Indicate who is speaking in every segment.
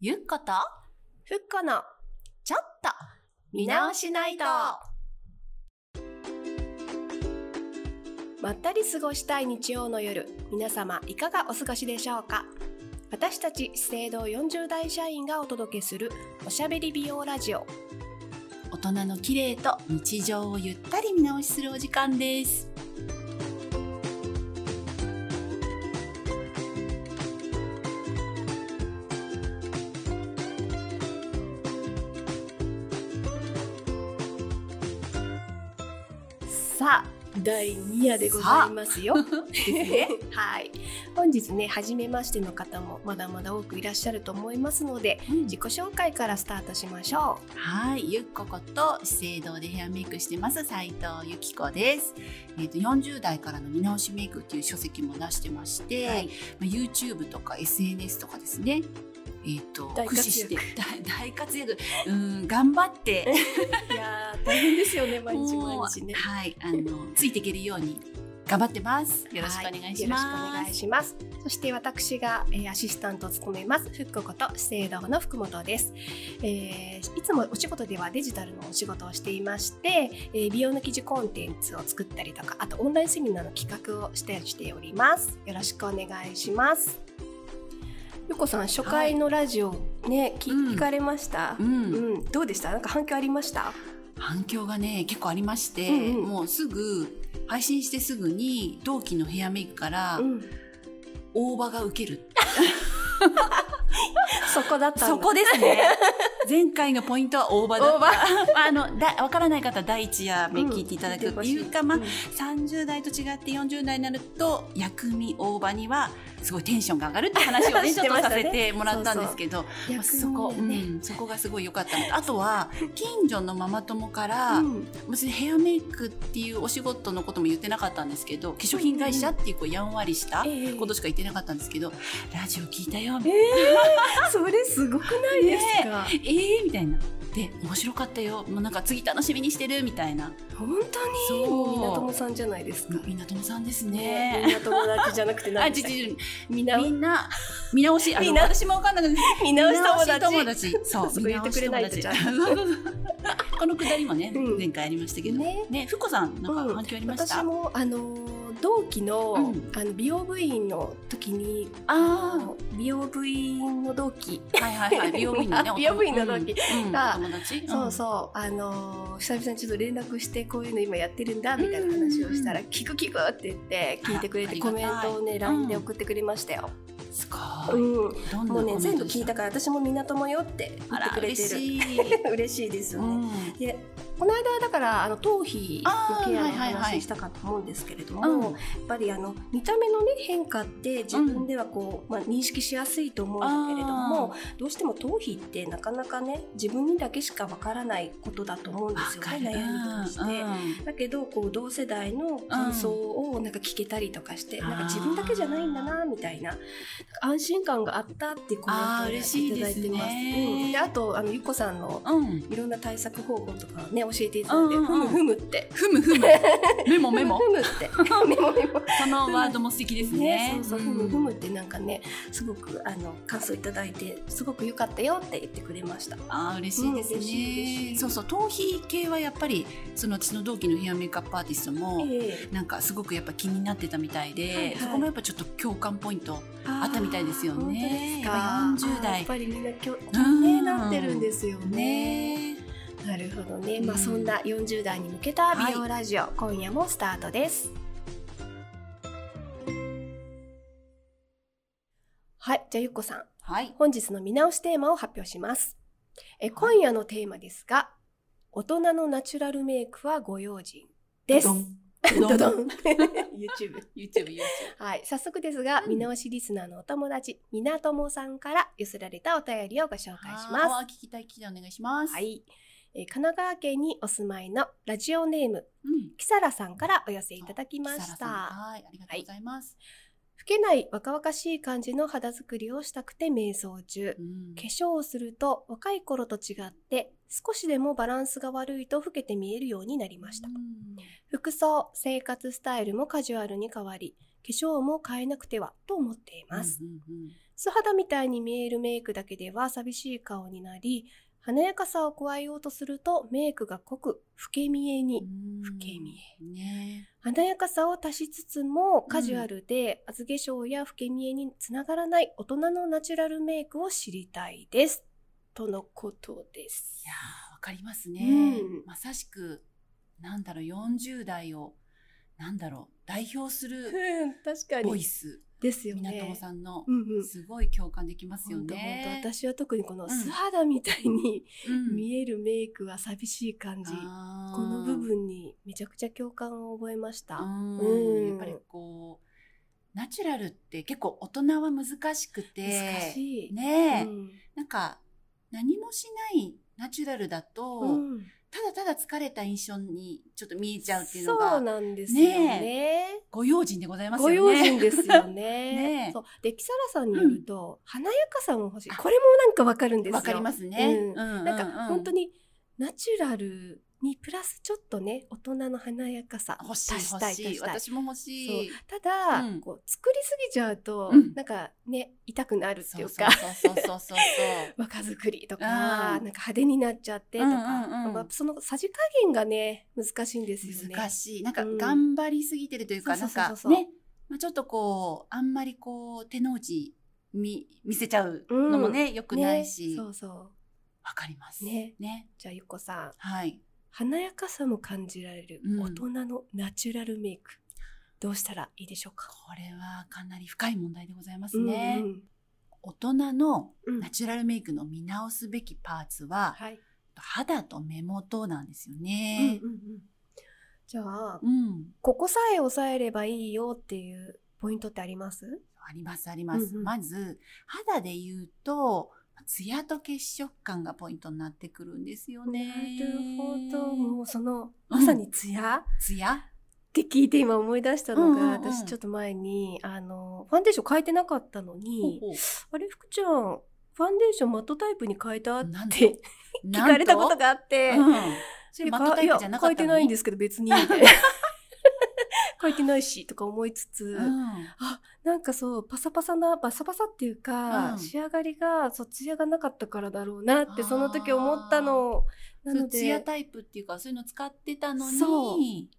Speaker 1: ゆっこと、
Speaker 2: ふっこの
Speaker 1: ちょっと、
Speaker 2: 見直しないとまったり過ごしたい日曜の夜皆様いかがお過ごしでしょうか私たち資生堂40代社員がお届けするおしゃべり美容ラジオ
Speaker 1: 大人の綺麗と日常をゆったり見直しするお時間です。
Speaker 2: さあ第2夜でございますよ はい本日ね初めましての方もまだまだ多くいらっしゃると思いますので自己紹介からスタートしましょう
Speaker 1: はい、ゆっここと資生堂でヘアメイクしてます斉藤由紀子です。えっ、と40代からの見直しメイクっていう書籍も出してまして、
Speaker 2: はい
Speaker 1: まあ YouTube とか SNS とかですね。えっ、と
Speaker 2: 大活躍
Speaker 1: 駆使して大大活躍、うん頑張って
Speaker 2: いやー大変ですよね 毎日毎
Speaker 1: もう
Speaker 2: 日ね
Speaker 1: はい、あのついていけるように頑張ってます。よろしくお願いします。
Speaker 2: はいよろしくお願いします。そして私が、えーアシスタントを務めます、ふっここと資生堂の福本です、えーいつもお仕事ではデジタルのお仕事をしていまして、えー美容の記事コンテンツを作ったりとか、あとオンラインセミナーの企画をしてしております。よろしくお願いします。ゆこさん、初回のラジオね、聞
Speaker 1: うん
Speaker 2: 聞かれました、
Speaker 1: う
Speaker 2: うん
Speaker 1: ん、
Speaker 2: どうでしたなんか反響ありました
Speaker 1: 反響がね結構ありまして、
Speaker 2: うんうん
Speaker 1: もうすぐ配信してすぐに同期のヘアメイクから
Speaker 2: うん。
Speaker 1: 大葉が受ける、
Speaker 2: そこだったんだ
Speaker 1: そこですね 前回のポイントは大葉だったあのだわからない方は第一夜目聞いていただくっていうか、まあ
Speaker 2: ん
Speaker 1: 30代と違って40代になると薬味大葉にはすごいテンションが上がるって話 をねち
Speaker 2: 知っ
Speaker 1: ょってと
Speaker 2: まし
Speaker 1: さ
Speaker 2: たね
Speaker 1: せてもらったんですけどまあ
Speaker 2: 薬味
Speaker 1: そこ、
Speaker 2: ね
Speaker 1: うん、そこがすごい良かったのとあとは近所のママ友から、
Speaker 2: うん
Speaker 1: 別にヘアメイクっていうお仕事のことも言ってなかったんですけど化粧品会社っていうこうやんわりした
Speaker 2: ええ
Speaker 1: ことしか言ってなかったんですけど「ラジオ聞いたよ」みたいな
Speaker 2: え ー、それすごくないですか、
Speaker 1: 「ええみたいな。で面白かったよもうなんか次楽しみにしてるみたいな
Speaker 2: 本当に
Speaker 1: そう
Speaker 2: もう港さんじゃないですか
Speaker 1: みんな友さんですね。
Speaker 2: みんな友達じゃなくて
Speaker 1: あ
Speaker 2: 何
Speaker 1: じ
Speaker 2: でしたっけ
Speaker 1: じ
Speaker 2: みんな
Speaker 1: みんな見直しあの
Speaker 2: 見直
Speaker 1: 私も分かんなかった
Speaker 2: 見直し友達
Speaker 1: 見直し友達そう
Speaker 2: そう言ってくれないと
Speaker 1: 見
Speaker 2: じゃ
Speaker 1: 直
Speaker 2: あ
Speaker 1: し友達 このくだりもね、
Speaker 2: うん
Speaker 1: 前回ありましたけどね
Speaker 2: ね
Speaker 1: ふこさんなん
Speaker 2: う
Speaker 1: か
Speaker 2: ん
Speaker 1: 反響ありました、
Speaker 2: 私もあのー同期の,、
Speaker 1: うん
Speaker 2: あの美容部員の時に
Speaker 1: あー
Speaker 2: あの美容部員の同期、
Speaker 1: はいはい はい美容部員のね
Speaker 2: 美容部員の時
Speaker 1: うんうん
Speaker 2: が
Speaker 1: お友達
Speaker 2: そうそうあのー久々にちょっと連絡してこういうの今やってるんだみたいな話をしたら「
Speaker 1: う
Speaker 2: 聞く聞く」って言って聞いてくれ
Speaker 1: ああ
Speaker 2: て
Speaker 1: りが
Speaker 2: コ
Speaker 1: たい
Speaker 2: メントをね
Speaker 1: ん
Speaker 2: LINE で送ってくれましたよ。
Speaker 1: うんすごい
Speaker 2: うん
Speaker 1: どんな
Speaker 2: もうね
Speaker 1: コメントでした
Speaker 2: 全部聞いたから私も港もよって言
Speaker 1: あ
Speaker 2: って
Speaker 1: ら
Speaker 2: くれて
Speaker 1: 嬉
Speaker 2: る嬉し
Speaker 1: しい
Speaker 2: いですよ
Speaker 1: う
Speaker 2: ね、
Speaker 1: ん
Speaker 2: でこの間だからあの頭皮のケアの
Speaker 1: あーはいはいはい
Speaker 2: 話したかと思うんですけれども、
Speaker 1: うん
Speaker 2: やっぱりあの見た目のね変化って自分ではこう、まあ、認識しやすいと思うんだけれどもどうしても頭皮ってなかなかね自分にだけしかわからないことだと思うんですよ
Speaker 1: わかる
Speaker 2: ね悩みとして。
Speaker 1: うん
Speaker 2: だけどこう同世代の感想をなんか聞けたりとかして、
Speaker 1: うん
Speaker 2: なんか自分だけじゃないんだなみたいななんか安心感があったっていうコメン
Speaker 1: あー
Speaker 2: トを
Speaker 1: 嬉しい
Speaker 2: いた
Speaker 1: で
Speaker 2: だい
Speaker 1: すね
Speaker 2: てます。うんであとあのゆっこさんの
Speaker 1: うん
Speaker 2: いろんな対策方法とかね教えていただいて、
Speaker 1: うんうんうん
Speaker 2: ふむふむって。
Speaker 1: ふむ ふむメモメモ
Speaker 2: ふむふ むって。メモメモ。
Speaker 1: そのワードも素敵ですね
Speaker 2: ね、そうそう、
Speaker 1: ん
Speaker 2: ふむふむってなんかね、すごくあの感想いただいて、すごく良かったよって言ってくれました。
Speaker 1: あー嬉しいです
Speaker 2: うん嬉しい嬉
Speaker 1: ね、
Speaker 2: しい
Speaker 1: そうそう頭皮系はやっぱりその私の同期のヘアメイクアップアーティストも、
Speaker 2: え
Speaker 1: なんかすごくやっぱ気になってたみたいで、
Speaker 2: はいはい
Speaker 1: そこもやっぱちょっと共感ポイント
Speaker 2: え
Speaker 1: あったみたいですよね
Speaker 2: 本当ですか
Speaker 1: やっぱ40代
Speaker 2: あーやっぱりみんなきょ、
Speaker 1: うん
Speaker 2: ね、なってるんですよね。
Speaker 1: ね
Speaker 2: なるほどね、
Speaker 1: うん
Speaker 2: まあそんな40代に向けた美容ラジオ、今夜もスタートですはいじゃあゆっこさん
Speaker 1: はい
Speaker 2: 本日の見直しテーマを発表しますえ今夜のテーマですが、大人のナチュラルメイクはご用心です
Speaker 1: ドン
Speaker 2: ドド
Speaker 1: ドン
Speaker 2: ン YouTube
Speaker 1: YouTube YouTube
Speaker 2: はい早速ですが、
Speaker 1: うん
Speaker 2: 見直しリスナーのお友達みなともさんから寄せられたお便りをご紹介します
Speaker 1: あー聞きたい聞きたいお願いします
Speaker 2: はい、えー神奈川県にお住まいのラジオネーム
Speaker 1: うん
Speaker 2: キサラさんからお寄せいただきま
Speaker 1: 木
Speaker 2: し
Speaker 1: 更津さん
Speaker 2: た。
Speaker 1: はいありがとうございます、
Speaker 2: 老けない若々しい感じの肌作りをしたくて瞑想中。
Speaker 1: うん
Speaker 2: 化粧をすると若い頃と違って少しでもバランスが悪いと老けて見えるようになりました
Speaker 1: う。ん
Speaker 2: 服装、生活スタイルもカジュアルに変わり、化粧も変えなくてはと思っています。
Speaker 1: うんうんうん
Speaker 2: 素肌みたいに見えるメイクだけでは寂しい顔になり華やかさを加えようとするとメイクが濃く老け見えに
Speaker 1: 老
Speaker 2: 老け見
Speaker 1: え。ね
Speaker 2: 華やかさを足しつつもカジュアルで厚化粧や老け見えにつながらない大人のナチュラルメイクを知りたいですとのことです
Speaker 1: いやーわかりますね、
Speaker 2: うん
Speaker 1: まさしく、なんだろう、40代を、なんだろう、代表する
Speaker 2: うん確か
Speaker 1: ボイ
Speaker 2: に
Speaker 1: ス、
Speaker 2: ですよ
Speaker 1: 港
Speaker 2: ね
Speaker 1: 尾さんの
Speaker 2: う、んうん
Speaker 1: すごい共感できますよ
Speaker 2: 本当
Speaker 1: ね。
Speaker 2: 本当私は特にこの
Speaker 1: ん
Speaker 2: 素肌みたいに
Speaker 1: うん
Speaker 2: 見えるメイクは寂しい感じ、
Speaker 1: あー
Speaker 2: この部分にめちゃくちゃ共感を覚えました、
Speaker 1: うん
Speaker 2: うん
Speaker 1: やっぱりこうナチュラルって結構大人は難しくて
Speaker 2: 難しい、
Speaker 1: ねえ、
Speaker 2: うん
Speaker 1: なんか何もしないナチュラルだと、
Speaker 2: うん
Speaker 1: ただただ疲れた印象にちょっと見えちゃうっていうの
Speaker 2: そう
Speaker 1: が
Speaker 2: なんですよね
Speaker 1: ご用心でございますよ
Speaker 2: ご
Speaker 1: ね。
Speaker 2: 用心ですよ
Speaker 1: ね
Speaker 2: ね
Speaker 1: え
Speaker 2: そうでキサラさんによると、華やかさも欲しいこれもなんかわかるんですよ
Speaker 1: わかりますね。
Speaker 2: うん
Speaker 1: ううう
Speaker 2: なんか本当にナチュラルにプラスちょっとね大人の華やかさ
Speaker 1: 欲しい
Speaker 2: 足し
Speaker 1: 欲
Speaker 2: たい
Speaker 1: しい
Speaker 2: 足したい
Speaker 1: 私も欲しい。
Speaker 2: ただ、
Speaker 1: うん
Speaker 2: こう作りすぎちゃうと、
Speaker 1: うん
Speaker 2: なんかね痛くなるっていうか
Speaker 1: そうそうそうそうそうそう。
Speaker 2: 若作りとか
Speaker 1: あ
Speaker 2: な
Speaker 1: ー
Speaker 2: んか派手になっちゃってと
Speaker 1: う
Speaker 2: か、
Speaker 1: んうんうん
Speaker 2: まあそのさじ加減がね難しいんですよ ね。
Speaker 1: 難しい。なんか
Speaker 2: うん
Speaker 1: 頑張りすぎてるというか、
Speaker 2: そ
Speaker 1: な
Speaker 2: うんそうそ
Speaker 1: か
Speaker 2: うそう
Speaker 1: ね、まあ、ちょっとこう、あんまりこう、手の内見、見せちゃうのもね、良くないし、
Speaker 2: ね、そ
Speaker 1: わ
Speaker 2: うそう
Speaker 1: かります。
Speaker 2: ね
Speaker 1: ね。
Speaker 2: じゃあゆっこさん
Speaker 1: はい。
Speaker 2: 華やかさも感じられる
Speaker 1: うん
Speaker 2: 大人のナチュラルメイク、どうしたらいいでしょうか
Speaker 1: これはかなり深い問題でございますね。
Speaker 2: うんうん
Speaker 1: 大人の
Speaker 2: うん
Speaker 1: ナチュラルメイクの見直すべきパーツは、
Speaker 2: はい
Speaker 1: 肌と目元なんですよ
Speaker 2: うんうん
Speaker 1: ね。
Speaker 2: うんじゃあ
Speaker 1: うん。
Speaker 2: ここさえ抑えればいいよっていうポイントってあります
Speaker 1: ありますあります。
Speaker 2: うんうん
Speaker 1: まず、肌で言うと、ツヤと血色感がポイントになってくるんですよね。
Speaker 2: なるほどもうその
Speaker 1: うん
Speaker 2: まさにツヤ、っ
Speaker 1: ツヤ
Speaker 2: て聞いて今思い出した
Speaker 1: う
Speaker 2: のが、
Speaker 1: んうんうん
Speaker 2: 私ちょっと前にあのファンデーション変えてなかったのにあれ福ちゃんファンデーションマットタイプに変えたっ
Speaker 1: なんと
Speaker 2: て聞かれたことがあって、
Speaker 1: うん、それマットタイプじゃなかったのに
Speaker 2: いや書いてないんですけど 別に書いてないしとか思いつつ、
Speaker 1: うん
Speaker 2: なんかそうパサパサなパサパサっていうか、
Speaker 1: うん
Speaker 2: 仕上がりがそうツヤがなかったからだろうなってその時思ったのな
Speaker 1: そう
Speaker 2: の
Speaker 1: ツヤ
Speaker 2: で
Speaker 1: タイプっていうかそういうの使ってたの
Speaker 2: そう
Speaker 1: に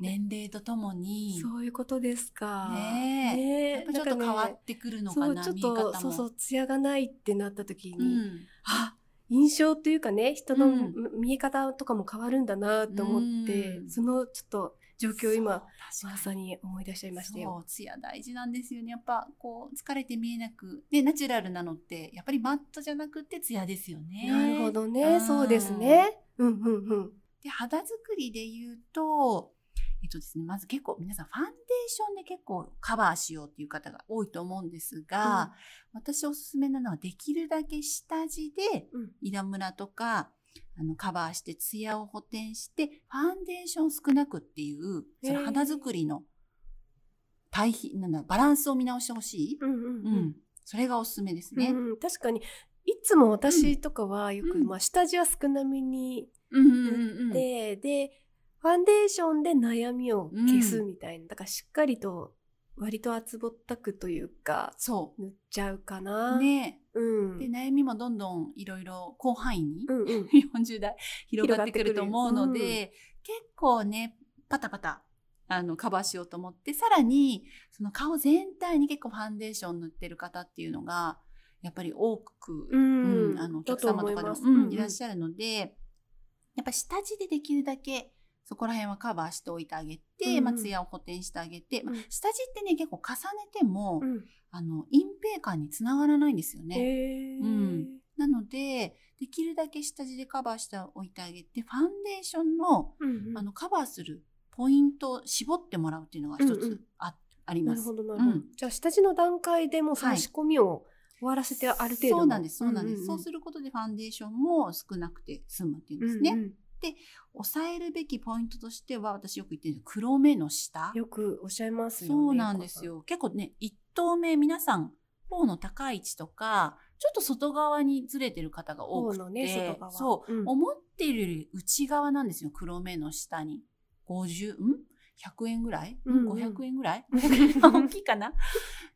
Speaker 1: 年齢とともに
Speaker 2: そういうことですか
Speaker 1: ねえ
Speaker 2: ね
Speaker 1: やっぱちょっと変わってくるのか
Speaker 2: そ
Speaker 1: な
Speaker 2: うちょっ
Speaker 1: 見え方も
Speaker 2: とそうそうツヤがないってなった時に、
Speaker 1: うん
Speaker 2: あ印象というかね人の
Speaker 1: うん
Speaker 2: 見え方とかも変わるんだなと思って、
Speaker 1: うん
Speaker 2: そのちょっと状況を今
Speaker 1: そう
Speaker 2: ま
Speaker 1: 確か
Speaker 2: さ
Speaker 1: に
Speaker 2: に思い出しちゃいましたよ。
Speaker 1: そうツヤ大事なんですよねやっぱこう疲れて見えなくでナチュラルなのってやっぱりマットじゃなくてツヤですよね
Speaker 2: なるほどね、
Speaker 1: うん
Speaker 2: そうですね。うんうんうん。
Speaker 1: で肌作りで言うと、えっとですね、まず結構皆さんファンデーションで結構カバーしようっていう方が多いと思うんですが、私おすすめなのはできるだけ下地で
Speaker 2: うん
Speaker 1: イラムラとかあのカバーしてツヤを補填してファンデーション少なくっていう
Speaker 2: へー
Speaker 1: その肌作りの対比なんだバランスを見直してほしい、
Speaker 2: うん
Speaker 1: う
Speaker 2: うんんうん
Speaker 1: それがおすすめです
Speaker 2: ね
Speaker 1: ね。
Speaker 2: 確かにいつも私とかはよく、
Speaker 1: うん
Speaker 2: まあ下地は少なめに
Speaker 1: うんうんうんうん
Speaker 2: で、でファンデーションで悩みを消すみたいな、だからしっかりと割と厚ぼったくというか
Speaker 1: そ
Speaker 2: 塗っちゃうか
Speaker 1: う
Speaker 2: な。
Speaker 1: ね
Speaker 2: うん。
Speaker 1: で悩みもどんどんいろいろ広範囲に
Speaker 2: う んうん。
Speaker 1: 40代広がってくると思うので、
Speaker 2: 広がっ
Speaker 1: 結構ねパタパタあのカバーしようと思ってさらにその顔全体に結構ファンデーション塗ってる方っていうのがやっぱり多く、
Speaker 2: うん
Speaker 1: あのお
Speaker 2: だ
Speaker 1: 客
Speaker 2: と
Speaker 1: 様
Speaker 2: 思
Speaker 1: と
Speaker 2: い
Speaker 1: かでも
Speaker 2: ます
Speaker 1: い,、うんいらっ
Speaker 2: ゃ
Speaker 1: しゃるのでやっぱ下地でできるだけそこら辺はカバーしておいてあげて、
Speaker 2: うん
Speaker 1: まあ、ツヤを補填してあげて、まあ
Speaker 2: うん
Speaker 1: 下地ってね結構重ねても、
Speaker 2: うんうん
Speaker 1: あの隠蔽感につながらないんですよね。
Speaker 2: へー
Speaker 1: うんなので、できるだけ下地でカバーしておいてあげて、ファンデーションの,、
Speaker 2: うんうん
Speaker 1: あのカバーするポイントを絞ってもらうっていうのが一
Speaker 2: うんう
Speaker 1: つ
Speaker 2: ん
Speaker 1: あ,、あり
Speaker 2: な
Speaker 1: ま
Speaker 2: る
Speaker 1: す
Speaker 2: ほ。どなるほど、
Speaker 1: うん
Speaker 2: じゃあ下地の段階でもうその
Speaker 1: はい
Speaker 2: 仕込みを終わらせてある程度の
Speaker 1: そうなんです、そうなんです。そう
Speaker 2: る
Speaker 1: することでファンデーションも少なくて済むっていうんですね。抑えるべきポイントとしては、私よく言ってる黒目の下。
Speaker 2: よくおっしゃいますよね
Speaker 1: そうなんですよ。結構ね、一頭目皆さん、頬の高い位置とか、ちょっと外側にずれてる方が多
Speaker 2: 頬
Speaker 1: くて、
Speaker 2: のね外側
Speaker 1: そう、
Speaker 2: うん
Speaker 1: 思っているより内側なんですよ黒目の下に50ん100円ぐらい、
Speaker 2: うんうん
Speaker 1: 500円ぐ らい大きいかな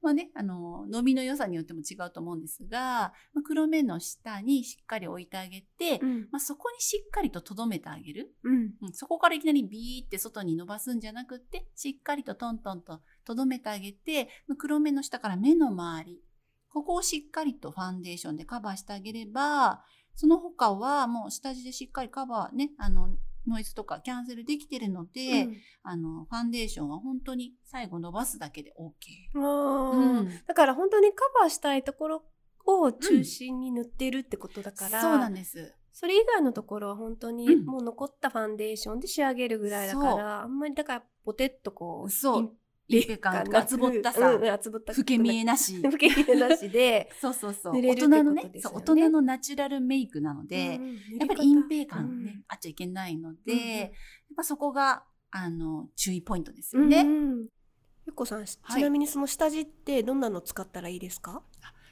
Speaker 1: まあね、あの、伸びの良さによっても違うと思うんですが、まあ黒目の下にしっかり置いてあげて、
Speaker 2: うん
Speaker 1: まあ、そこにしっかりと留めてあげる、
Speaker 2: うん
Speaker 1: うんそこからいきなりビーって外に伸ばすんじゃなくって、しっかりとトントンと留めてあげて、黒目の下から目の周り、ここをしっかりとファンデーションでカバーしてあげれば、その他はもう下地でしっかりカバーね、あの、ノイズとかキャンセルできてるので、あの、ファンデーションは本当に最後伸ばすだけで OK。
Speaker 2: うんあー
Speaker 1: うん
Speaker 2: だから本当にカバーしたいところを中心に塗ってるってことだから、
Speaker 1: そうなんです。
Speaker 2: それ以外のところは本当に
Speaker 1: うん
Speaker 2: もう残ったファンデーションで仕上げるぐらいだから、
Speaker 1: そう
Speaker 2: あんまりだからポテッとこう
Speaker 1: そう
Speaker 2: イン
Speaker 1: 一平感とか厚ぼったさ
Speaker 2: うんうん厚ぼった
Speaker 1: 老け見えなし。
Speaker 2: 老け見えなしで
Speaker 1: そうそうそう。
Speaker 2: 塗れる
Speaker 1: 大人
Speaker 2: ってこと
Speaker 1: のね
Speaker 2: です
Speaker 1: そ
Speaker 2: よ
Speaker 1: う
Speaker 2: ね
Speaker 1: 大人のナチュラルメイクなので、
Speaker 2: うん
Speaker 1: やっぱり隠蔽
Speaker 2: う
Speaker 1: 感
Speaker 2: ん
Speaker 1: ね、あっちゃいけないので、
Speaker 2: うん
Speaker 1: やっぱそこが、あの、注意ポイントです
Speaker 2: う
Speaker 1: よ
Speaker 2: ん
Speaker 1: ね。
Speaker 2: うんゆっこさん、ち
Speaker 1: はい
Speaker 2: なみにその下地ってどんなの使ったらいいですか？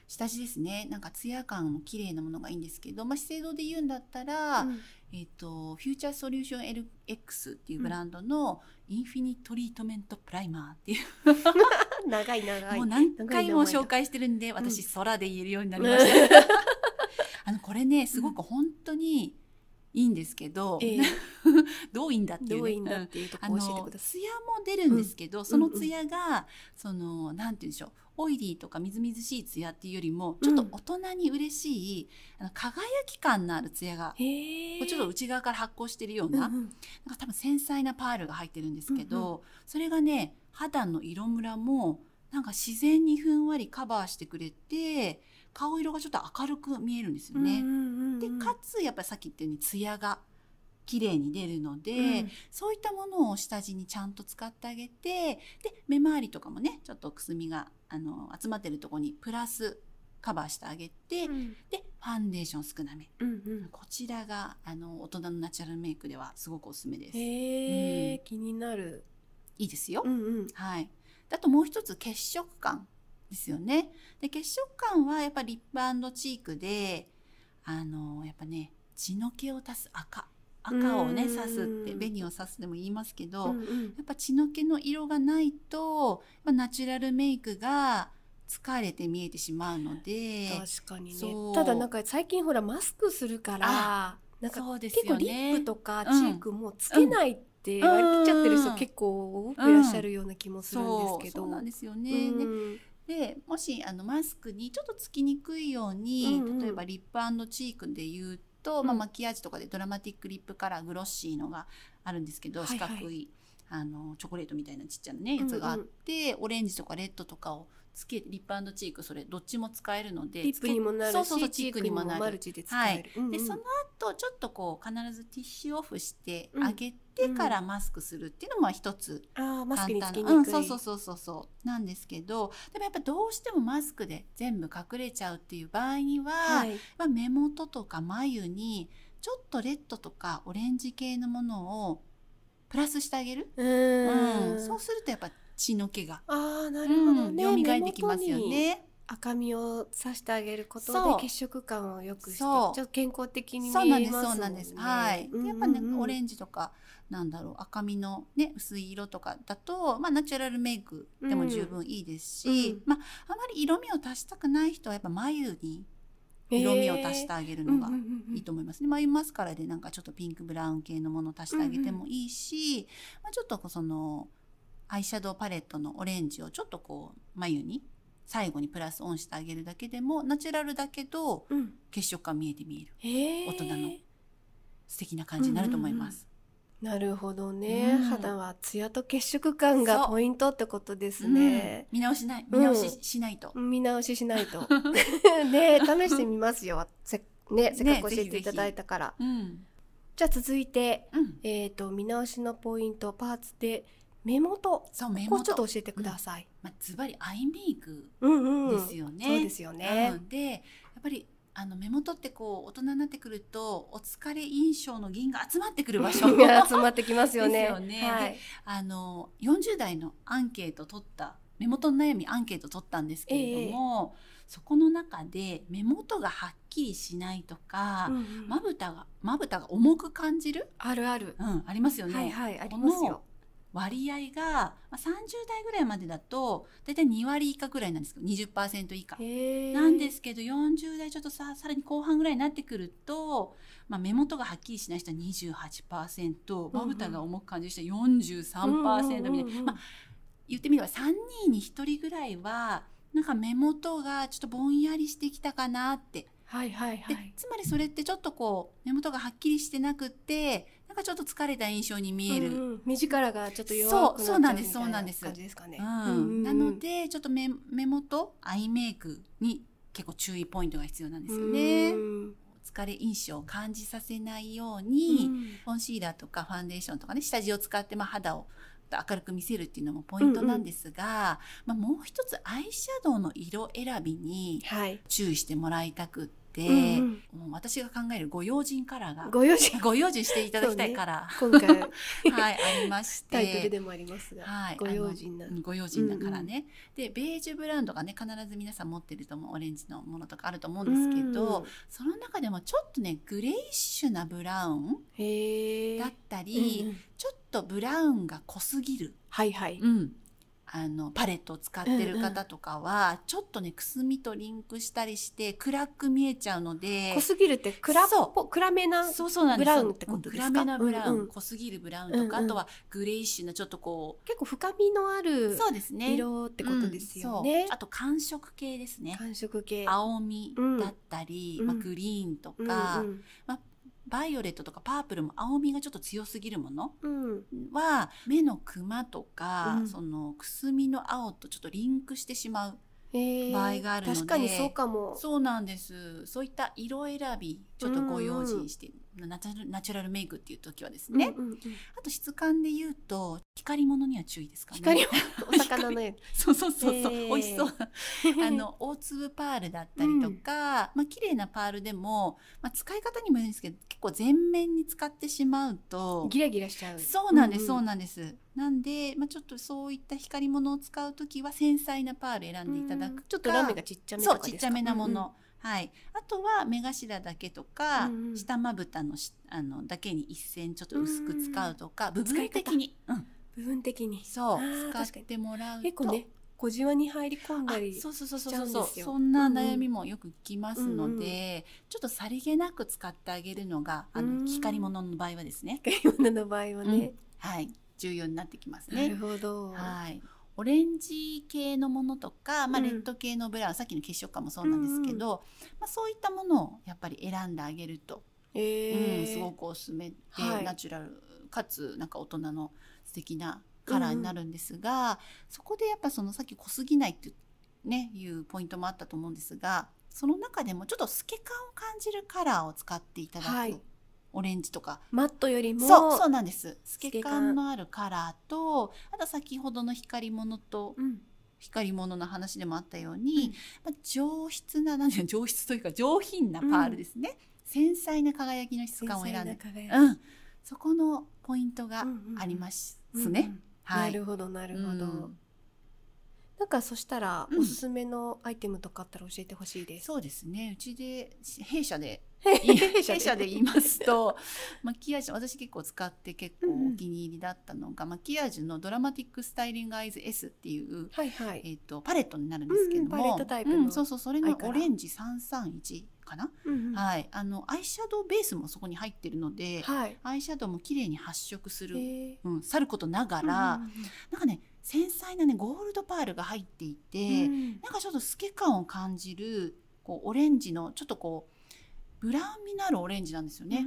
Speaker 1: 下地ですね。なんかツヤ感も綺麗なものがいいんですけど、まあ、資生堂で言うんだったら、
Speaker 2: うん
Speaker 1: えっ、と、フューチャーソリューション LX っていうブランドのインフィニトリートメントプライマーっていう、
Speaker 2: 長い長い。
Speaker 1: もう何回も紹介してるんで、
Speaker 2: ん
Speaker 1: 私、空で言えるようになりました。 あの、これね、すごく本当にいいんですけど、
Speaker 2: ええ
Speaker 1: どういいんだっていう、ね。
Speaker 2: どういうんだ
Speaker 1: うん
Speaker 2: っていうと
Speaker 1: あ
Speaker 2: こ
Speaker 1: の
Speaker 2: を教えてくださ
Speaker 1: ツヤも出るんですけど、そのツヤが、そのなんて言うんでしょうオイリーとかみずみずしいツヤっていうよりもちょっと大人に嬉しい、あの輝き感のあるツヤが、
Speaker 2: い。へ
Speaker 1: こうちょっと内側から発光してるよう
Speaker 2: うん
Speaker 1: な,、
Speaker 2: うん
Speaker 1: なんか多分繊細なパールが入ってるんですけど、
Speaker 2: う
Speaker 1: それがね肌の色ムラもなんか自然にふんわりカバーしてくれて顔色がちょっと明るく見えるんですよ
Speaker 2: う
Speaker 1: ね。
Speaker 2: んうんうん
Speaker 1: でかつやっぱりさっき言ったようにツヤが綺麗に出るので、
Speaker 2: うん
Speaker 1: そういったものを下地にちゃんと使ってあげて、で、目周りとかもね、ちょっとくすみが、あの、集まってるとこにプラスカバーしてあげて、
Speaker 2: うん
Speaker 1: で、ファンデーション少なめ。
Speaker 2: うん
Speaker 1: こちらが、あの、大人のナチュラルメイクではすごくおすすめです。
Speaker 2: うん。
Speaker 1: い
Speaker 2: へ
Speaker 1: う
Speaker 2: え気になる。
Speaker 1: いですよ。
Speaker 2: うんうん。
Speaker 1: はい。あともう一つ、血色感ですよね。で、血色感はやっぱリップチークで、あの、やっぱね、血の気を足す赤。赤をね、
Speaker 2: うん
Speaker 1: 刺すって、紅を刺すでも言いますけど、
Speaker 2: うんうん
Speaker 1: やっぱ血の気の色がないと、まあ、ナチュラルメイクが疲れて見えてしまうので
Speaker 2: 確かにね
Speaker 1: そう。
Speaker 2: ただなんか最近ほらマスクするから
Speaker 1: あ、
Speaker 2: なんか
Speaker 1: そうです
Speaker 2: 結構
Speaker 1: よ
Speaker 2: リッ
Speaker 1: ね
Speaker 2: プとかチ
Speaker 1: うん
Speaker 2: ークもつけないって割り切っちゃってる人結構多くいらっしゃるような気もするんです
Speaker 1: そう
Speaker 2: け
Speaker 1: そ
Speaker 2: ど。
Speaker 1: うなんですよね。
Speaker 2: う
Speaker 1: で
Speaker 2: ん
Speaker 1: でもしあのマスクにちょっとつきにくいように、
Speaker 2: うんうん
Speaker 1: 例えばリップチークで言うと、まあ、マキアージュとかでドラマティックリップカラーグロッシーのがあるんですけど、
Speaker 2: はいはい
Speaker 1: 四角いあのチョコレートみたいなちっちゃなねやつがあって、オレンジとかレッドとかをつけリップチークそれどっちも使えるので
Speaker 2: リップにもなるし
Speaker 1: そうそうそう
Speaker 2: チ
Speaker 1: チ
Speaker 2: ー
Speaker 1: ー
Speaker 2: ク
Speaker 1: ク
Speaker 2: に
Speaker 1: に
Speaker 2: も
Speaker 1: もな
Speaker 2: なる
Speaker 1: る
Speaker 2: マルチで使える。うんうん
Speaker 1: でその後ちょっとこう必ずティッシュオフしてあげてからマスクするっていうのも一つ
Speaker 2: あーマスク
Speaker 1: 簡
Speaker 2: につ
Speaker 1: 単
Speaker 2: き
Speaker 1: な、
Speaker 2: にくい。
Speaker 1: うん、そうそうそうそうそうなんですけどでもやっぱどうしてもマスクで全部隠れちゃうっていう場合には、
Speaker 2: はい。
Speaker 1: まあ、目元とか眉にちょっとレッドとかオレンジ系のものをプラスしてあげる、
Speaker 2: う
Speaker 1: う
Speaker 2: ーん。
Speaker 1: そうするとやっぱ血の気が、
Speaker 2: ああな
Speaker 1: う
Speaker 2: るほど
Speaker 1: ん、
Speaker 2: ね。
Speaker 1: 蘇ってきますよ
Speaker 2: 目元に
Speaker 1: ね。
Speaker 2: 赤みをさしてあげるこ
Speaker 1: そ
Speaker 2: と
Speaker 1: う
Speaker 2: で血色感を良くして、ち
Speaker 1: そ
Speaker 2: ょ
Speaker 1: う
Speaker 2: っと健康的に見えま
Speaker 1: そうな
Speaker 2: すも
Speaker 1: んんです、そ
Speaker 2: ね。
Speaker 1: うなんです。はい。でやっぱね、オレ
Speaker 2: ン
Speaker 1: ンジとか、なんだろう、赤みのね、薄い色とかだと、まあ、ナチュラルメイクでも十分いいですし、
Speaker 2: うん
Speaker 1: まあ、あまり色味を足したくない人は、やっぱ眉に色味を足してあげるのがいいと思いますね。眉マスカラでなんかちょっとピンクブラウン系のものを足してあげてもいいし、まあ、ちょっとこうその、アイシャドウパレットのオレンジをちょっとこう、眉に最後にプラスオンしてあげるだけでも、ナチュラルだけど、
Speaker 2: うんうんうんうん
Speaker 1: 血色感見えて見える。
Speaker 2: へー
Speaker 1: 大人の素敵な感じになると思います。
Speaker 2: なるほどね、
Speaker 1: うん
Speaker 2: 肌はツヤと血色感が
Speaker 1: そう
Speaker 2: ポイントってことですね、
Speaker 1: 見直しない、
Speaker 2: うん
Speaker 1: 見直ししないと。
Speaker 2: 見直しし ないとね試してみますよせ,、ね、せっかく教えていただいたから、
Speaker 1: うん。
Speaker 2: じゃあ続いて、
Speaker 1: うん。
Speaker 2: えー、と見直しのポイントパーツで目元
Speaker 1: そう、目
Speaker 2: こうちょっ
Speaker 1: 元。
Speaker 2: と教えてください、
Speaker 1: まあ、ズバリアイメイク
Speaker 2: うんうん
Speaker 1: ですよね。
Speaker 2: そうですよね、
Speaker 1: うんで、やっぱり、あの目元ってこう大人になってくるとお疲れ印象の銀が集まってくる場所
Speaker 2: 集まってきますよね
Speaker 1: ですよね
Speaker 2: はい、
Speaker 1: あの40代のアンケート取った目元の悩みアンケート取ったんですけれども、そこの中で目元がはっきりしないとか
Speaker 2: うんうん
Speaker 1: まぶたがまぶたが重く感じる、
Speaker 2: あるある、
Speaker 1: うん、ありますよね。
Speaker 2: はいはいありますよ
Speaker 1: 割合がまあ30代ぐらいまでだと大体2割以下ぐらいなんですけど20%以下なんですけど40代ちょっとささらに後半ぐらいになってくると、まあ、目元がはっきりしない人は28%まぶたが重く感じる人は43%みたいな、まあ、言ってみれば3人に1人ぐらいはなんか目元がちょっとぼんやりしてきたかなって
Speaker 2: はいはいは
Speaker 1: で
Speaker 2: い。
Speaker 1: つまりそれってちょっとこう目元がはっきりしてなくってなんかちょっと疲れた印象に見える、
Speaker 2: う
Speaker 1: うんん
Speaker 2: うん目力がちょっと弱くなっちゃうみ
Speaker 1: そうそうな
Speaker 2: たい
Speaker 1: んですそうなんです
Speaker 2: 感じですかね。
Speaker 1: なのでちょっと目目元アイメイクに結構注意ポイントが必要なんですよね
Speaker 2: う。ん
Speaker 1: 疲れ印象を感じさせないよう
Speaker 2: う
Speaker 1: に、
Speaker 2: ん
Speaker 1: コンシーラーとかファンデーションとかね下地を使ってまあ肌を明るく見せるっていうのもポイントなんですが、まあ、もう一つアイシャドウの色選びに
Speaker 2: はい。
Speaker 1: 注意してもらいたくって、
Speaker 2: うん
Speaker 1: もう私が考えるご用心カラー
Speaker 2: う
Speaker 1: が
Speaker 2: んご用心
Speaker 1: ご用心していただきたいから、
Speaker 2: 今回
Speaker 1: はい、ありまして。
Speaker 2: タイトルでもありますが、
Speaker 1: はい、
Speaker 2: ご用心な
Speaker 1: あのご用心だからね、でベージュブランドがね必ず皆さん持ってると思うオレンジのものとかあると思うんですけど、
Speaker 2: うん、
Speaker 1: その中でもちょっとねグレイッシュなブラウン
Speaker 2: へえ
Speaker 1: だったり、
Speaker 2: うんうん
Speaker 1: ちょっとブラウンが濃すぎる、
Speaker 2: はいはい、
Speaker 1: あのパレットを使ってる方とかは、ちょっとねくすみとリンクしたりして暗く見えちゃうので
Speaker 2: 濃すぎるって暗っぽ暗めな
Speaker 1: そうそうなんです
Speaker 2: ブラウンってことですか
Speaker 1: うん暗めなブラウン、
Speaker 2: うんうん
Speaker 1: 濃すぎるブラウンとか、
Speaker 2: うんうん
Speaker 1: あとはグレイッシュなちょっとこ
Speaker 2: 結構深みのあ
Speaker 1: う
Speaker 2: る
Speaker 1: そうですね
Speaker 2: 色ってことですよ
Speaker 1: うん
Speaker 2: ね
Speaker 1: そう、あと寒色系ですね
Speaker 2: 寒色系
Speaker 1: 青みだったり、
Speaker 2: うん
Speaker 1: まあ、グリーンとか、
Speaker 2: うん
Speaker 1: バイオレットとかパープルも青みがちょっと強すぎるもの
Speaker 2: うんうん
Speaker 1: は目のクマとか、
Speaker 2: うん
Speaker 1: そのくすみの青とちょっとリンクしてしまう
Speaker 2: へー
Speaker 1: 場合があるので
Speaker 2: 確かにそうかも
Speaker 1: そうなんですそういった色選びちょっとご用心して、ナチュラルナチュラルメイクっていう時はですね、
Speaker 2: うんうんうん
Speaker 1: あと質感で言うと光り物には注意ですかね
Speaker 2: 光お 魚の絵
Speaker 1: そうそうそうそう、
Speaker 2: えー
Speaker 1: 美味しそうあ の大粒パールだったりとか、まあ綺麗なパールでも、まあ、使い方にもよるんですけど結構全面に使ってしまうと
Speaker 2: ギラギラしちゃう
Speaker 1: そうなんです、
Speaker 2: ん
Speaker 1: そうなんです。なんで、まあ、ちょっとそういった光り物を使うときは繊細なパール選んでいただくか、
Speaker 2: ちょっとラメがちっちゃめと
Speaker 1: そう
Speaker 2: かです
Speaker 1: ち
Speaker 2: か
Speaker 1: っちゃめなもの、、はい、あとは目頭だけとか、
Speaker 2: うんうん
Speaker 1: 下まぶたのしあのだけに1線ちょっと薄く使うとか、部
Speaker 2: 使
Speaker 1: 分
Speaker 2: い方
Speaker 1: 的に、うん、
Speaker 2: うんうん部分的に
Speaker 1: そ
Speaker 2: あー
Speaker 1: う
Speaker 2: 確か
Speaker 1: 使っ
Speaker 2: に
Speaker 1: てもらうと
Speaker 2: 結構ね小じわに入り込ん
Speaker 1: あ
Speaker 2: だり
Speaker 1: そうそうそうそう
Speaker 2: しちゃうん
Speaker 1: そ
Speaker 2: で
Speaker 1: う
Speaker 2: すよ
Speaker 1: そんな悩みもよく聞きますので、ちょっとさりげなく使ってあげるのがあ
Speaker 2: うん
Speaker 1: の光り物の場合はですね、
Speaker 2: 買い物の場合はね、
Speaker 1: はい重要になってきます
Speaker 2: な
Speaker 1: ね
Speaker 2: る。ほど、
Speaker 1: はい、オレンジ系のものとか、まあ、
Speaker 2: うん
Speaker 1: レッド系のブラウン、さっきの血色感もそうなんですけど、まあ、そういったものをやっぱり選んであげると、
Speaker 2: え
Speaker 1: う
Speaker 2: ー
Speaker 1: ん、すごくおすすめで、
Speaker 2: はい
Speaker 1: ナチュラルかつなんか大人の素敵なカラーになるんですが、そこでやっぱそのさっき濃すぎないっていう,、ね、いうポイントもあったと思うんですがその中でもちょっと透け感を感じるカラーを使っていただく、
Speaker 2: はい
Speaker 1: オレンジとか
Speaker 2: マットよりも
Speaker 1: そうそうなんです透
Speaker 2: 透け
Speaker 1: け
Speaker 2: 感
Speaker 1: 感のあるカラーとあと先ほどの光り物と
Speaker 2: うん
Speaker 1: 光り物の話でもあったように、まあ、上質な何ていうの上質というか上品なパールですね、繊細な輝きの質感を選んで、
Speaker 2: 繊細な輝き
Speaker 1: うん、そこのポイントがありますね。
Speaker 2: うんうん
Speaker 1: はい
Speaker 2: なるほどなるほど、
Speaker 1: うん
Speaker 2: なんかそしたら、
Speaker 1: うん
Speaker 2: おすすめのアイテムとかあったら教えてほしいです
Speaker 1: そうですねうちで弊社 で
Speaker 2: 弊
Speaker 1: 弊
Speaker 2: 社で
Speaker 1: 社で言います とマキアージュ私結構使って結構お気に入りだったのが、マキアージュのドラマティックスタイリングアイズ S っていう
Speaker 2: はいはい、
Speaker 1: えー、とパレットになるんですけども、
Speaker 2: うんうんパレットタイプの
Speaker 1: うんそうそうそれ
Speaker 2: アイ
Speaker 1: の
Speaker 2: カラー
Speaker 1: オレンジ331かな、
Speaker 2: うんうん
Speaker 1: はいあのアイシャドウベースもそこに入ってるので、
Speaker 2: はい
Speaker 1: アイシャドウも綺麗に発色する、
Speaker 2: え
Speaker 1: うん、さることながら、なんかね繊細なねゴールドパールが入っていて、なんかちょっと透け感を感じるこうオレンジのちょっとこうブラウンになるオレンジなんですよね。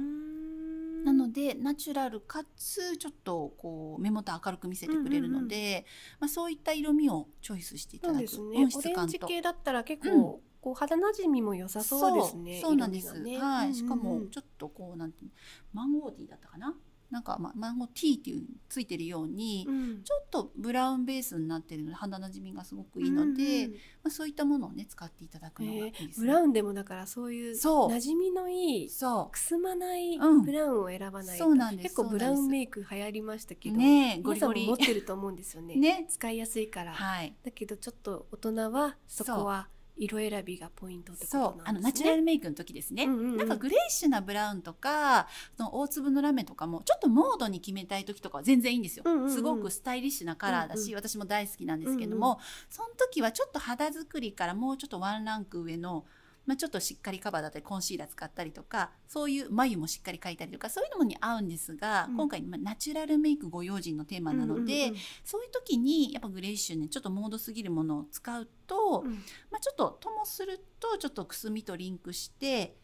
Speaker 1: なので
Speaker 2: で
Speaker 1: ナチュラルかつちょっとこう目元明るく見せてくれるので、まあ、そういった色味をチョイスしていた
Speaker 2: そう
Speaker 1: だく、
Speaker 2: です
Speaker 1: う
Speaker 2: ね
Speaker 1: ん質
Speaker 2: オレン
Speaker 1: 感
Speaker 2: ジ
Speaker 1: と
Speaker 2: 系だったら結
Speaker 1: う
Speaker 2: 構、
Speaker 1: ん
Speaker 2: こう肌なじみも良さそうですね
Speaker 1: そうそうなんです、
Speaker 2: 色味がね
Speaker 1: はい、
Speaker 2: うんうん
Speaker 1: しかもちょっとこうなんていうのマンゴーティーだったかななんか、まあ、マンゴーティーっていうついてるように、
Speaker 2: うん
Speaker 1: ちょっとブラウンベースになってるので肌なじみがすごくいいので、
Speaker 2: うんうん
Speaker 1: まあ、そういったものをね使っていただくのがいいです
Speaker 2: ブ
Speaker 1: ね、
Speaker 2: ラウンでもだからそういう
Speaker 1: そう
Speaker 2: 馴染みのいい
Speaker 1: そ
Speaker 2: くすまない
Speaker 1: うん
Speaker 2: ブラウンを選ばないと、
Speaker 1: そうなんです
Speaker 2: 結構
Speaker 1: そうな
Speaker 2: ブ
Speaker 1: んです
Speaker 2: ラウンメイク流行りましたけ
Speaker 1: う
Speaker 2: ど、
Speaker 1: ねえゴ
Speaker 2: 皆
Speaker 1: リ
Speaker 2: さん
Speaker 1: ゴ
Speaker 2: も持っ
Speaker 1: リ
Speaker 2: てると思うんですよね
Speaker 1: ね
Speaker 2: 使いやすいから、
Speaker 1: はい
Speaker 2: だけどちょっと大人はそこは色選びがポイントってことなん
Speaker 1: そ
Speaker 2: ですね
Speaker 1: うあのナチュラルメイクの時ですね、
Speaker 2: うんうんうん
Speaker 1: なんかグレーシュなブラウンとかその大粒のラメとかもちょっとモードに決めたい時とかは全然いいんですよ、
Speaker 2: うんうんうん
Speaker 1: すごくスタイリッシュなカラーだし、
Speaker 2: うんう
Speaker 1: 私も大好きなんですけども、その時はちょっと肌作りからもうちょっとワンランク上のまあ、ちょっとしっかりカバーだったりコンシーラー使ったりとかそういう眉もしっかり描いたりとかそういうのもに合うんですが、
Speaker 2: うん
Speaker 1: 今回まあナチュラルメイクご用心のテーマなので、そういう時にやっぱグレイッシュねちょっとモードすぎるものを使うと、
Speaker 2: うん
Speaker 1: まあ、ちょっとともするとちょっとくすみとリンクして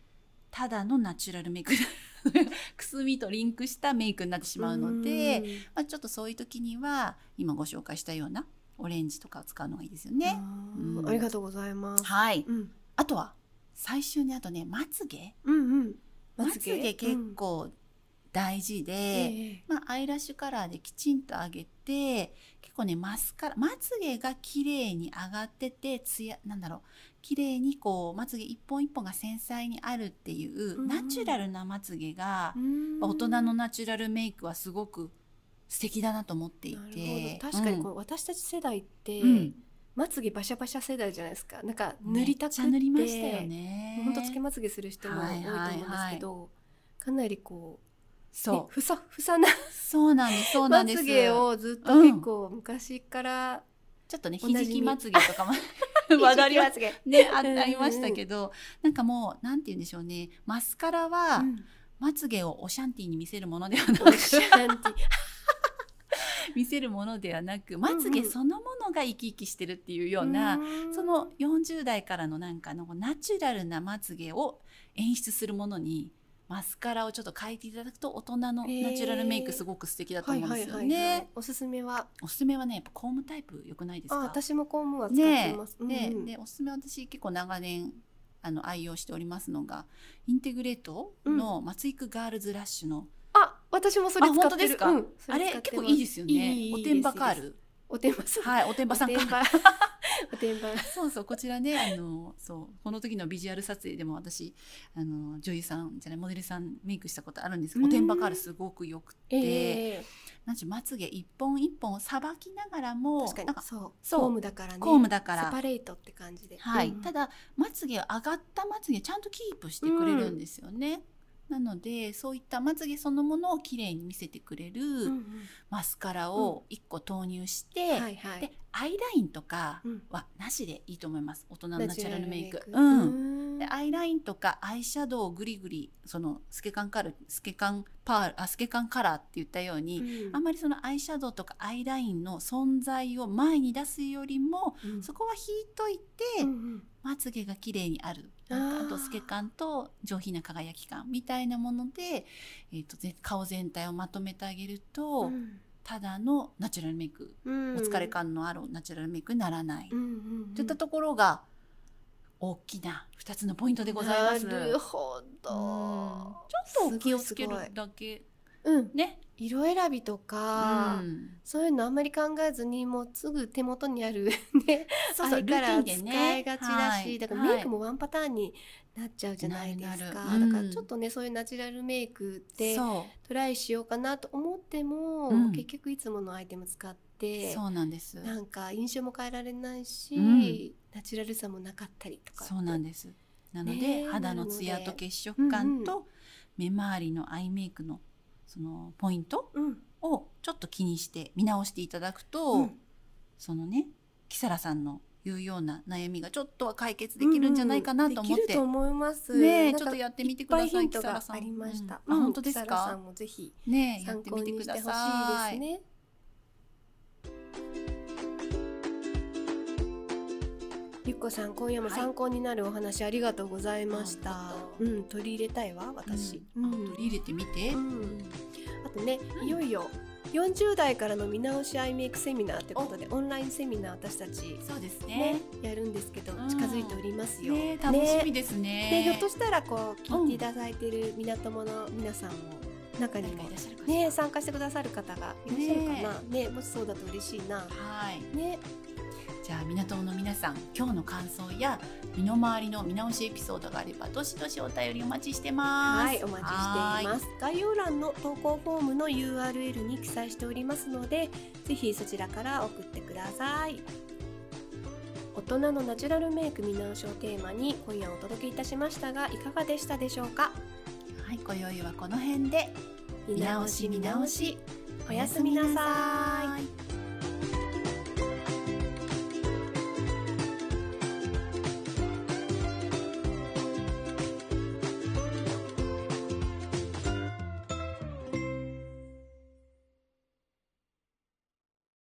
Speaker 1: ただのナチュラルメイク くすみとリンクしたメイクになってしまうので、まあ、ちょっとそういう時には今ご紹介したようなオレンジとかを使うのがいいですよ
Speaker 2: うん
Speaker 1: ね。
Speaker 2: あ
Speaker 1: う
Speaker 2: ー
Speaker 1: ん
Speaker 2: ありがとうございます。
Speaker 1: はい、
Speaker 2: うん
Speaker 1: あとは最終にあとねまつげ
Speaker 2: うんうん
Speaker 1: まつげ結構大事で。
Speaker 2: うんええ
Speaker 1: まあ、アイラッシュカラーできちんと上げて結構ねマスカラまつげが綺麗に上がっててつやなんだろう綺麗にこうまつげ一本一本が繊細にあるっていう、
Speaker 2: うん
Speaker 1: ナチュラルなまつげが
Speaker 2: う、ん
Speaker 1: 大人のナチュラルメイクはすごく素敵だなと思ってい
Speaker 2: なる
Speaker 1: て
Speaker 2: ほど確かにこ
Speaker 1: う
Speaker 2: う、私たち世代って、
Speaker 1: んうん
Speaker 2: まつげバシャバシャ世代じゃないですかなんか塗りたくって
Speaker 1: めっちゃ塗りましたよね
Speaker 2: 本当つけまつげする人も多いと思うんですけど、かなりこうね
Speaker 1: そ
Speaker 2: ふさふさな
Speaker 1: うそうなんですそうな
Speaker 2: ま
Speaker 1: んです
Speaker 2: つげをずっと
Speaker 1: うん
Speaker 2: 結構昔から、
Speaker 1: ちょっとね
Speaker 2: お
Speaker 1: ひ
Speaker 2: なじみ
Speaker 1: じきまつげと かも
Speaker 2: 話
Speaker 1: 話
Speaker 2: 題
Speaker 1: 題
Speaker 2: に
Speaker 1: は
Speaker 2: まつげ、
Speaker 1: ね、あありましたけど、なんかもう、なんて言うんでしょうね、マスカラは、
Speaker 2: うん
Speaker 1: まつげをオシャンティーに見せるものではなく
Speaker 2: オ、シャンティ
Speaker 1: 見せるものではなく、まつげそのものが生き生きしてるっていうよう な、その40代からのなんかのナチュラルなまつげを演出するものに、マスカラをちょっと変えていただくと、大人のナチュラルメイクすごく素敵だと思うんですよ
Speaker 2: はいはいはいは
Speaker 1: ね
Speaker 2: い。おすすめは
Speaker 1: おすすめはね、やっぱコームタイプ良くないです
Speaker 2: あ
Speaker 1: か
Speaker 2: 私もコームは使って
Speaker 1: ね
Speaker 2: ます、
Speaker 1: えで
Speaker 2: うんうん
Speaker 1: でおすすめは私結構長年あの愛用しておりますのがインテグレートの松井くガールズラッシュの、
Speaker 2: あ私もそれ使ってる
Speaker 1: あ本当ですか
Speaker 2: うんそ
Speaker 1: あ
Speaker 2: 使
Speaker 1: れ
Speaker 2: って
Speaker 1: 結
Speaker 2: ま
Speaker 1: 構いいですよね
Speaker 2: いい
Speaker 1: おてんばカ
Speaker 2: いい
Speaker 1: ー
Speaker 2: ですいい
Speaker 1: ル
Speaker 2: ですおてんばさん
Speaker 1: はいおてんばさんカ
Speaker 2: おて
Speaker 1: ー
Speaker 2: ん
Speaker 1: ル
Speaker 2: ば おてんば
Speaker 1: そうそうこちらねあのそうこの時のビジュアル撮影でも私あの女優さんじゃないモデルさんメイクしたことあるんですけどお
Speaker 2: うん
Speaker 1: てんばカールすごくよくて、
Speaker 2: ええ
Speaker 1: なんちゅうまつげ一本一本をさばきながらも
Speaker 2: 確かに
Speaker 1: なんか
Speaker 2: そう
Speaker 1: そう
Speaker 2: コームだからね
Speaker 1: コームだから
Speaker 2: セパレートって感じで
Speaker 1: はい、
Speaker 2: うん
Speaker 1: ただまつげ上がったまつげちゃんとキープしてくれるんですよね、なのでそういったまつげそのものをきれいに見せてくれる
Speaker 2: うんうん
Speaker 1: マスカラを1個投入して、
Speaker 2: はいはい
Speaker 1: でアイラインとか
Speaker 2: うん
Speaker 1: はなしでいいと思います大人のナチュラルメイク
Speaker 2: ナチュラ
Speaker 1: う
Speaker 2: ルメイ
Speaker 1: ん
Speaker 2: うーん
Speaker 1: でアイラインとかアイシャドウをグリグリその透け感カル透け感パールあ透け感カラーって言ったように、
Speaker 2: うん
Speaker 1: あまりそのアイシャドウとかアイラインの存在を前に出すよりも、
Speaker 2: うん
Speaker 1: そこは引いといて、
Speaker 2: うんうん
Speaker 1: まつげが綺麗にあるなん
Speaker 2: あ
Speaker 1: か
Speaker 2: ー
Speaker 1: あと透け感と上品な輝き感みたいなもので、えー、とぜ顔全体をまとめてあげると、ただのナチュラルメイク、
Speaker 2: うん
Speaker 1: お疲れ感のあるナチュラルメイクにならない、
Speaker 2: うんうんうん
Speaker 1: といったところが大きな2つのポイントでございます。
Speaker 2: なるほ
Speaker 1: うん
Speaker 2: ど
Speaker 1: ちょっと気をつける
Speaker 2: すごいすごい
Speaker 1: だけ
Speaker 2: うん
Speaker 1: ね。
Speaker 2: 色選びとか
Speaker 1: うん
Speaker 2: そういうのあんまり考えずにもうすぐ手元にある ね
Speaker 1: そう
Speaker 2: あ
Speaker 1: そう
Speaker 2: れ
Speaker 1: ル
Speaker 2: か
Speaker 1: ー
Speaker 2: ら
Speaker 1: ティンでね
Speaker 2: 使いがちだ
Speaker 1: は
Speaker 2: し
Speaker 1: い
Speaker 2: だからメイクもワンパターンになっちゃうじゃないですかだ
Speaker 1: なるなる
Speaker 2: からちょっとねそういうナチュラルメイクって
Speaker 1: そ
Speaker 2: トライしようかなと思っても
Speaker 1: うん
Speaker 2: 結局いつものアイテム使っ
Speaker 1: う
Speaker 2: て
Speaker 1: そうなんです
Speaker 2: なんか印象も変えられないし、
Speaker 1: うん
Speaker 2: ナチュラルさもなかったりとか
Speaker 1: そうなんですなので、
Speaker 2: ねえ
Speaker 1: 肌の
Speaker 2: なので
Speaker 1: ツヤと血色感
Speaker 2: う
Speaker 1: と目周りのアイメイクのそのポイント
Speaker 2: うん
Speaker 1: をちょっと気にして見直していただくと、
Speaker 2: うん
Speaker 1: そのねキサラさんの言うような悩みがちょっとは解決できるんじゃないかなと思っ
Speaker 2: できる
Speaker 1: て、
Speaker 2: と思います
Speaker 1: ねえ
Speaker 2: なん
Speaker 1: ち
Speaker 2: か
Speaker 1: ょっとやってみて
Speaker 2: いっ
Speaker 1: くださ
Speaker 2: ぱい
Speaker 1: い
Speaker 2: ヒント
Speaker 1: キサ
Speaker 2: が
Speaker 1: ラさん
Speaker 2: ありました、
Speaker 1: うん
Speaker 2: う
Speaker 1: あ
Speaker 2: ん
Speaker 1: 本当です
Speaker 2: 木更津さ
Speaker 1: か
Speaker 2: んもぜひ
Speaker 1: ねえやっ
Speaker 2: 参
Speaker 1: て
Speaker 2: 考
Speaker 1: みて
Speaker 2: に
Speaker 1: く
Speaker 2: し
Speaker 1: だ
Speaker 2: てほしいで
Speaker 1: さい
Speaker 2: すねゆっこさん今夜も
Speaker 1: はい
Speaker 2: 参考になるお話ありがとうございました、
Speaker 1: あよかっ
Speaker 2: うん取り入れたいわ私、
Speaker 1: うん
Speaker 2: う
Speaker 1: あ
Speaker 2: ん
Speaker 1: 取り入れてみて、
Speaker 2: うんあとね、いよいよ40代からの見直しアイメイクセミナーということでオンラインセミナー私たち、
Speaker 1: そうです
Speaker 2: ね
Speaker 1: ね
Speaker 2: やるんですけど
Speaker 1: うん
Speaker 2: 近づいておりますよ。
Speaker 1: ねえ楽しみ
Speaker 2: ね
Speaker 1: ですね
Speaker 2: でひょっとしたらこう聞いていただいている港もの皆さんも中に
Speaker 1: 誰か
Speaker 2: も
Speaker 1: いらっしゃるかしら
Speaker 2: ね参加してくださる方がいらっしゃるかなねもしそうだと嬉しいな。
Speaker 1: はい
Speaker 2: ね
Speaker 1: じゃあ港の皆さん今日の感想や身の回りの見直しエピソードがあればどしどしお便りお待ちしてます
Speaker 2: はいお待ちしてい
Speaker 1: は
Speaker 2: ます。概要欄の投稿フォームの URL に記載しておりますのでぜひそちらから送ってください。
Speaker 1: い
Speaker 2: 大人のナチュラルメイク見直しをテーマに今夜お届けいたしましたがいかがでしたでしょうか
Speaker 1: はい、今宵はこの辺で
Speaker 2: 見直し見直しおやすみなさい
Speaker 1: い。